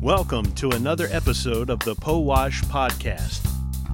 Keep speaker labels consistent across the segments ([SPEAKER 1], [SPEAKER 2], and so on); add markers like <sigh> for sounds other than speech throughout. [SPEAKER 1] Welcome to another episode of the Po Wash Podcast,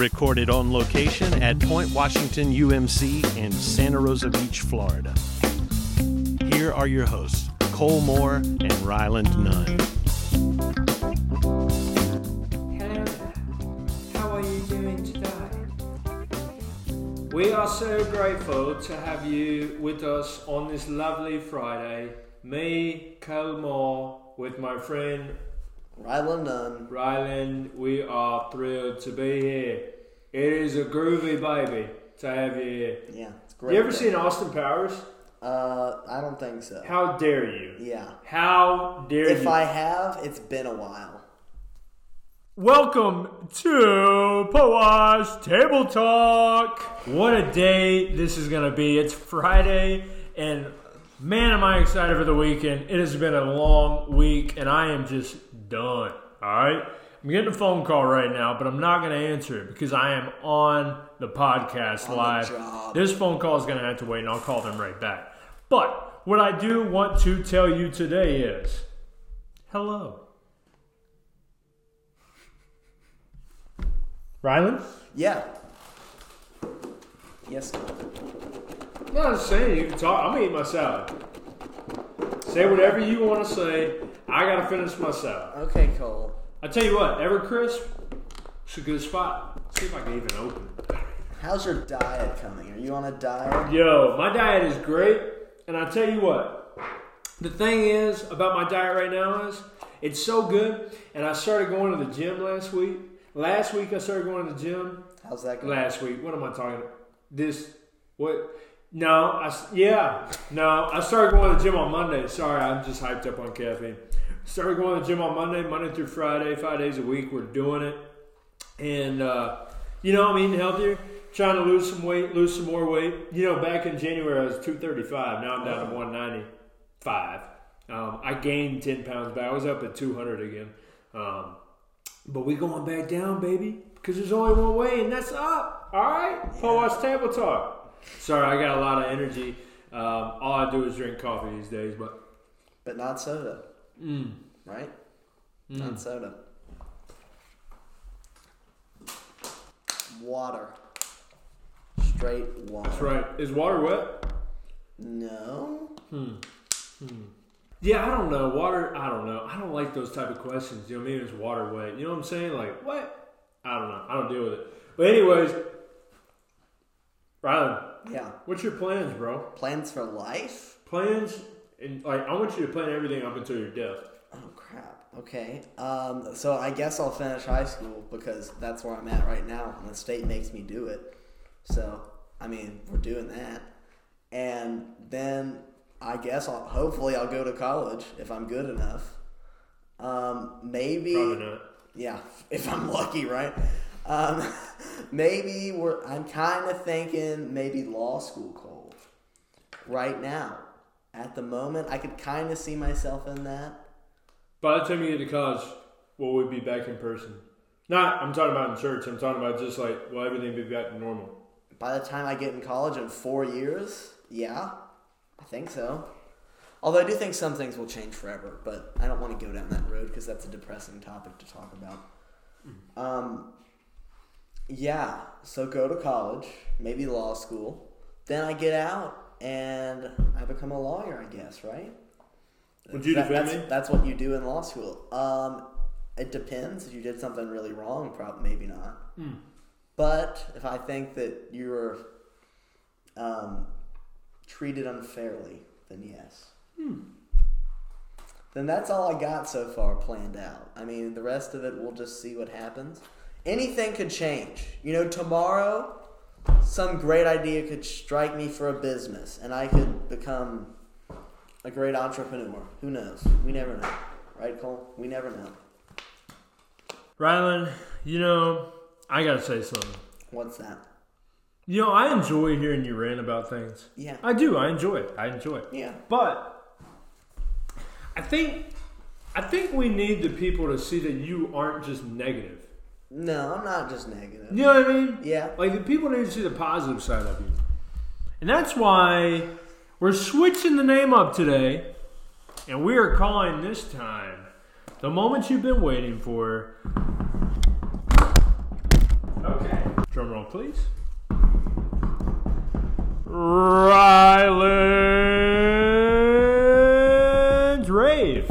[SPEAKER 1] recorded on location at Point Washington UMC in Santa Rosa Beach, Florida. Here are your hosts, Cole Moore and Ryland Nunn.
[SPEAKER 2] Hello there. How are you doing today? We are so grateful to have you with us on this lovely Friday. Me, Cole Moore, with my friend
[SPEAKER 3] Ryland Nunn.
[SPEAKER 2] Ryland, we are thrilled to be here. It is a groovy baby to have you here.
[SPEAKER 3] Yeah, it's great.
[SPEAKER 2] You ever seen Austin Powers?
[SPEAKER 3] Uh, I don't think so.
[SPEAKER 2] How dare you?
[SPEAKER 3] yeah.
[SPEAKER 2] How dare
[SPEAKER 3] If
[SPEAKER 2] you?
[SPEAKER 3] I have, it's been a while.
[SPEAKER 2] Welcome to Pawash Table Talk. What a day this is going to be. It's Friday, and man, am I excited for the weekend. It has been a long week, and I am just done. All right? I'm getting a phone call right now, but I'm not going to answer it because I am on the podcast live.
[SPEAKER 3] job.
[SPEAKER 2] This phone call is going to have to wait, and I'll call them right back. But what I do want to tell you today is hello. Rylan?
[SPEAKER 3] Yeah. Yes.
[SPEAKER 2] No, I'm just saying you can talk. I'm eating my salad. Say whatever you want to say. I gotta finish my salad.
[SPEAKER 3] Okay, Cole.
[SPEAKER 2] I tell you what, Evercrisp, it's a good spot. See if I can even open. it.
[SPEAKER 3] How's your diet coming? Are you on a diet?
[SPEAKER 2] Yo, my diet is great, and I tell you what, the thing is about my diet right now is it's so good, and I started going to the gym last week. Last week I started going to the gym.
[SPEAKER 3] How's that going?
[SPEAKER 2] last week. What am I talking about? This, what? No, I, s- yeah, no. I started going to the gym on Monday. Sorry, I'm just hyped up on caffeine. Started going to the gym on Monday, Monday through Friday, five days a week. We're doing it. And, uh, you know, I'm eating healthier, trying to lose some weight, lose some more weight. You know, back in January, I was 235. Now I'm down to 195. Um, I gained 10 pounds back. I was up at 200 again. Um, but we going back down, baby, because there's only one way, and that's up. All right, Po Watch Table Talk. Sorry, I got a lot of energy. Um, all I do is drink coffee these days, but
[SPEAKER 3] But not soda. Mm. Right?
[SPEAKER 2] Mm.
[SPEAKER 3] Not soda. Water. Straight water.
[SPEAKER 2] that's right. Is water wet?
[SPEAKER 3] No.
[SPEAKER 2] Yeah, I don't know. Water, I don't know. I don't like those type of questions. You know what I mean? Is water wet? You know what I'm saying? Like what? I don't know. I don't deal with it. But anyways, Rylan,
[SPEAKER 3] Yeah.
[SPEAKER 2] what's your plans, bro?
[SPEAKER 3] Plans for life?
[SPEAKER 2] Plans, and like I want you to plan everything up until your death.
[SPEAKER 3] Oh crap. Okay. Um, so I guess I'll finish high school because that's where I'm at right now, and the state makes me do it. So I mean, we're doing that, and then I guess I'll hopefully I'll go to college if I'm good enough. Um, maybe
[SPEAKER 2] Probably not.
[SPEAKER 3] yeah, <laughs> if I'm lucky, right? Um, <laughs> maybe we're. I'm kind of thinking maybe law school, Cole. Right now, at the moment, I could kind of see myself in that.
[SPEAKER 2] By the time you get to college, will we be back in person? Not, I'm talking about in church. I'm talking about just like, will everything be back to normal?
[SPEAKER 3] By the time I get in college in four years, yeah, I think so. Although I do think some things will change forever, but I don't want to go down that road because that's a depressing topic to talk about.
[SPEAKER 2] Hmm.
[SPEAKER 3] Um, yeah, so go to college, maybe law school. Then I get out and I become a lawyer, I guess, right?
[SPEAKER 2] Would you
[SPEAKER 3] That-
[SPEAKER 2] defend
[SPEAKER 3] that's,
[SPEAKER 2] me?
[SPEAKER 3] that's what you do in law school. Um, it depends. If you did something really wrong, probably maybe not.
[SPEAKER 2] Hmm.
[SPEAKER 3] But if I think that you were um, treated unfairly, then yes. Then that's all I got so far planned out. I mean, the rest of it we'll just see what happens. Anything could change. You know, tomorrow some great idea could strike me for a business and I could become a great entrepreneur. Who knows? We never know. Right, Cole? We never know.
[SPEAKER 2] Rylan, you know, I gotta say something.
[SPEAKER 3] What's that?
[SPEAKER 2] You know, I enjoy hearing you rant about things.
[SPEAKER 3] Yeah.
[SPEAKER 2] I do. I enjoy it. I enjoy it.
[SPEAKER 3] Yeah.
[SPEAKER 2] But I think, I think we need the people to see that you aren't just negative.
[SPEAKER 3] No, I'm not just negative.
[SPEAKER 2] You know what I mean?
[SPEAKER 3] Yeah.
[SPEAKER 2] Like the people need to see the positive side of you. And that's why we're switching the name up today. And we are calling this time The moment you've been waiting for. Okay. Drum roll, please. Ryland's Rave.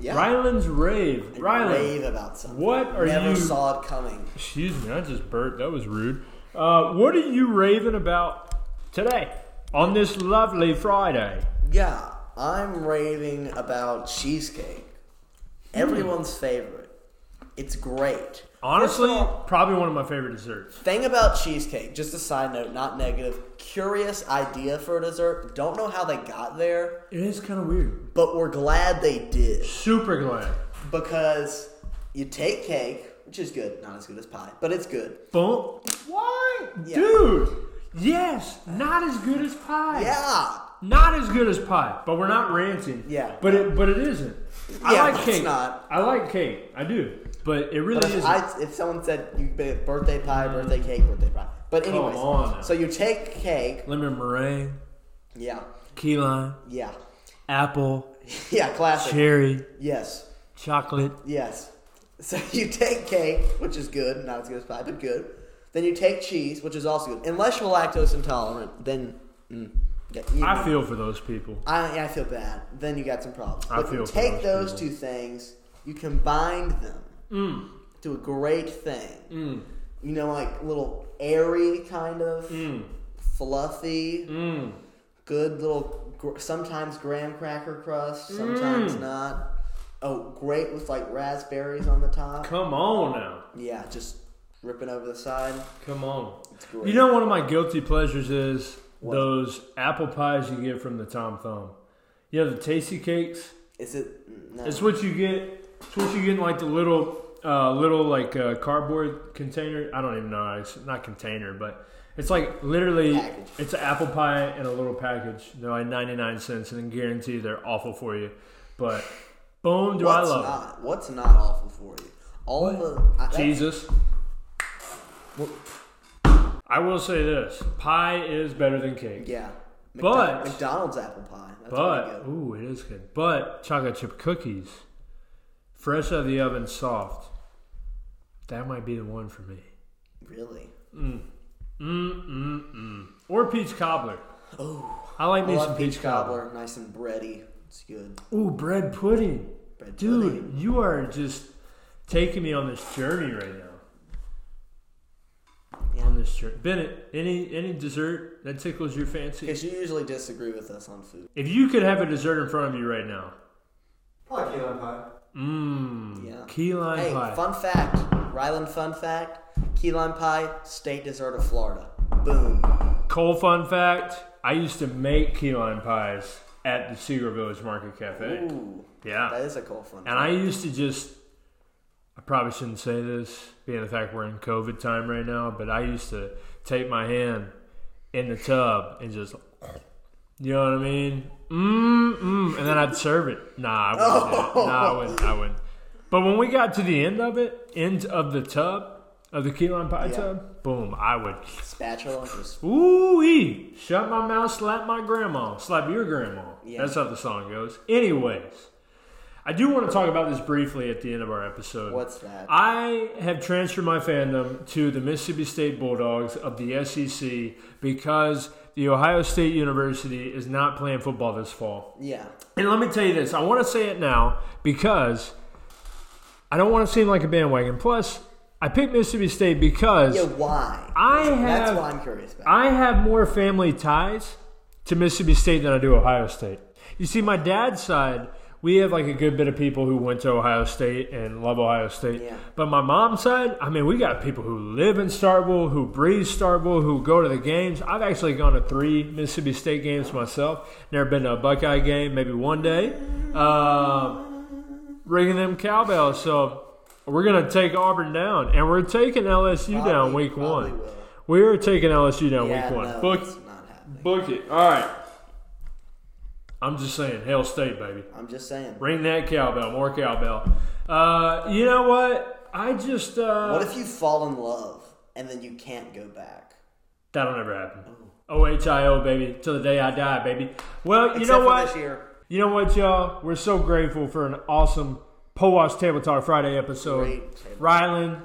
[SPEAKER 3] Yeah.
[SPEAKER 2] Ryland's Rave. Ryland.
[SPEAKER 3] Rave about something.
[SPEAKER 2] What are
[SPEAKER 3] Never
[SPEAKER 2] you-
[SPEAKER 3] saw it coming.
[SPEAKER 2] Excuse me, I just burped. That was rude. Uh, what are you raving about today on this lovely Friday?
[SPEAKER 3] Yeah, I'm raving about cheesecake.
[SPEAKER 2] Hmm.
[SPEAKER 3] Everyone's favorite. It's great.
[SPEAKER 2] Honestly,
[SPEAKER 3] First of all-
[SPEAKER 2] probably one of my favorite desserts.
[SPEAKER 3] Thing about cheesecake, just a side note, not negative. Curious idea for a dessert. Don't know how they got there,
[SPEAKER 2] It is kind of weird.
[SPEAKER 3] but we're glad they did.
[SPEAKER 2] Super glad.
[SPEAKER 3] Because you take cake, which is good, not as good as pie, but it's good.
[SPEAKER 2] Boom. Why?
[SPEAKER 3] Yeah.
[SPEAKER 2] Dude. Yes, not as good as pie.
[SPEAKER 3] Yeah.
[SPEAKER 2] Not as good as pie, but we're not ranting.
[SPEAKER 3] Yeah.
[SPEAKER 2] But it but it isn't. I
[SPEAKER 3] Yeah,
[SPEAKER 2] like
[SPEAKER 3] it's
[SPEAKER 2] cake.
[SPEAKER 3] not.
[SPEAKER 2] I like cake. I do. But it really
[SPEAKER 3] But if,
[SPEAKER 2] isn't.
[SPEAKER 3] I, if someone said you made birthday pie, birthday cake, birthday pie. But
[SPEAKER 2] Come
[SPEAKER 3] anyways,
[SPEAKER 2] on now.
[SPEAKER 3] so you take cake.
[SPEAKER 2] Lemon meringue,
[SPEAKER 3] Yeah.
[SPEAKER 2] key lime,
[SPEAKER 3] Yeah. <laughs>
[SPEAKER 2] apple,
[SPEAKER 3] Yeah, classic.
[SPEAKER 2] cherry,
[SPEAKER 3] Yes.
[SPEAKER 2] chocolate.
[SPEAKER 3] Yes. So <laughs> you take cake, which is good, not as good as pie, but good. Then you take cheese, which is also good. Unless you're lactose intolerant, then mm, yeah, you
[SPEAKER 2] I feel for those people.
[SPEAKER 3] I, I feel bad. Then you got some problems.
[SPEAKER 2] I
[SPEAKER 3] But
[SPEAKER 2] feel
[SPEAKER 3] you
[SPEAKER 2] for
[SPEAKER 3] take
[SPEAKER 2] those Mm.
[SPEAKER 3] those two things, you combine them to a great thing. You know, like little airy kind of
[SPEAKER 2] Mm.
[SPEAKER 3] fluffy, good little. gr- Sometimes graham cracker crust,
[SPEAKER 2] Mm.
[SPEAKER 3] sometimes not. Oh, great with like raspberries on the top.
[SPEAKER 2] Come on now.
[SPEAKER 3] Yeah, just ripping over the side.
[SPEAKER 2] Come on.
[SPEAKER 3] It's great.
[SPEAKER 2] You know, one of my guilty pleasures is
[SPEAKER 3] What?
[SPEAKER 2] those apple pies you get from the Tom Thumb. You know, the tasty cakes.
[SPEAKER 3] Is it? No.
[SPEAKER 2] It's what you get. It's what you get in like the little, uh, little like uh, cardboard container. I don't even know. It's not container, but it's like literally,
[SPEAKER 3] Package.
[SPEAKER 2] it's an apple pie in a little package. They're like ninety nine cents, and I guarantee they're awful for you. But boom, do I
[SPEAKER 3] what's
[SPEAKER 2] love
[SPEAKER 3] not? What's not awful for you? All the I,
[SPEAKER 2] it.
[SPEAKER 3] that-
[SPEAKER 2] Jesus.
[SPEAKER 3] Well-
[SPEAKER 2] I will say this: pie is better than cake.
[SPEAKER 3] Yeah.
[SPEAKER 2] But-
[SPEAKER 3] McDo- McDonald's apple pie. That's pretty
[SPEAKER 2] But
[SPEAKER 3] good.
[SPEAKER 2] ooh, it is good. But chocolate chip cookies, fresh out of the oven, soft. That might be the one for me.
[SPEAKER 3] really,
[SPEAKER 2] Mm mm mm. Or peach cobbler.
[SPEAKER 3] oh,
[SPEAKER 2] I like
[SPEAKER 3] I
[SPEAKER 2] me some
[SPEAKER 3] love
[SPEAKER 2] peach,
[SPEAKER 3] peach
[SPEAKER 2] cobbler.
[SPEAKER 3] cobbler, nice and bready. It's good.
[SPEAKER 2] Ooh, bread pudding.
[SPEAKER 3] Bread
[SPEAKER 2] Dude,
[SPEAKER 3] pudding.
[SPEAKER 2] you are just taking me on this journey right now.
[SPEAKER 3] Yeah.
[SPEAKER 2] On this journey, Bennett. Any any dessert that tickles your fancy?
[SPEAKER 3] Because you usually disagree with us on food.
[SPEAKER 2] If you could have a dessert in front of you right now,
[SPEAKER 4] Probably key lime pie.
[SPEAKER 2] mmm,
[SPEAKER 3] Yeah.
[SPEAKER 2] key lime
[SPEAKER 3] Hey,
[SPEAKER 2] pie.
[SPEAKER 3] fun fact, Ryland. Fun fact: key lime pie, state dessert of Florida. Boom.
[SPEAKER 2] Cool fun fact: I used to make key lime pies at the Seagull Village Market Cafe.
[SPEAKER 3] Ooh,
[SPEAKER 2] Yeah,
[SPEAKER 3] that is a cool fun.
[SPEAKER 2] And I used to just, I probably shouldn't say this, being the fact we're in COVID time right now, but I used to take my hand in the tub and just, you know what I mean? Mm, mm. And then I'd serve it. Nah, I wouldn't. do it. Nah, I wouldn't. I wouldn't. But when we got to the end of it, end of the tub, of the key lime pie
[SPEAKER 3] Yeah.
[SPEAKER 2] tub, boom, I would,
[SPEAKER 3] spatula. Just,
[SPEAKER 2] ooh shut my mouth, slap my grandma, slap your grandma.
[SPEAKER 3] Yeah.
[SPEAKER 2] That's how the song goes. Anyways, I do want to talk about this briefly at the end of our episode.
[SPEAKER 3] what's that?
[SPEAKER 2] I have transferred my fandom to the Mississippi State Bulldogs of the SEC because the Ohio State University is not playing football this fall.
[SPEAKER 3] yeah.
[SPEAKER 2] And let me tell you this I want to say it now because I don't want to seem like a bandwagon. Plus, I picked Mississippi State because
[SPEAKER 3] Yeah. Why?
[SPEAKER 2] I
[SPEAKER 3] That's
[SPEAKER 2] have-
[SPEAKER 3] what I'm curious about.
[SPEAKER 2] I have more family ties to Mississippi State than I do Ohio State. You see, my dad's side, we have like a good bit of people who went to Ohio State and love Ohio State.
[SPEAKER 3] Yeah.
[SPEAKER 2] But my mom's side, I mean, we got people who live in Starkville, who breathe Starkville, who go to the games. I've actually gone to three Mississippi State games myself. Never been to a Buckeye game, maybe one day. Um ringing them cowbells. So we're going to take Auburn down, and we're taking LSU down
[SPEAKER 3] Probably-
[SPEAKER 2] week
[SPEAKER 3] probably
[SPEAKER 2] one.
[SPEAKER 3] will.
[SPEAKER 2] We are taking LSU down
[SPEAKER 3] Yeah,
[SPEAKER 2] week one.
[SPEAKER 3] no,
[SPEAKER 2] book,
[SPEAKER 3] it's not happening.
[SPEAKER 2] book it. All right. I'm just saying, Hail State, baby.
[SPEAKER 3] I'm just saying.
[SPEAKER 2] Ring that cowbell, more cowbell. Uh, you know what? I just uh,
[SPEAKER 3] What if you fall in love and then you can't go back?
[SPEAKER 2] that'll never happen. O H I O, baby, till the day I die, baby. Well, you
[SPEAKER 3] Except
[SPEAKER 2] know
[SPEAKER 3] for
[SPEAKER 2] what?
[SPEAKER 3] This year.
[SPEAKER 2] You know what, y'all? We're so grateful for an awesome Po Wash Table Talk Friday episode.
[SPEAKER 3] Great table.
[SPEAKER 2] Rylan,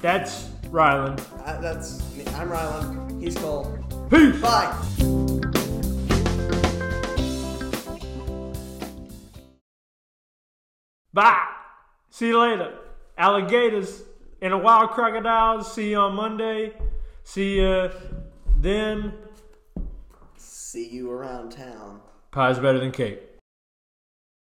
[SPEAKER 2] that's Rylan.
[SPEAKER 3] I, that's me. I'm Rylan. He's Cole.
[SPEAKER 2] Peace.
[SPEAKER 3] Bye.
[SPEAKER 2] Bye. See you later. Alligators and a wild crocodile. See you on Monday. See you then.
[SPEAKER 3] See you around town.
[SPEAKER 2] Pie's better than cake.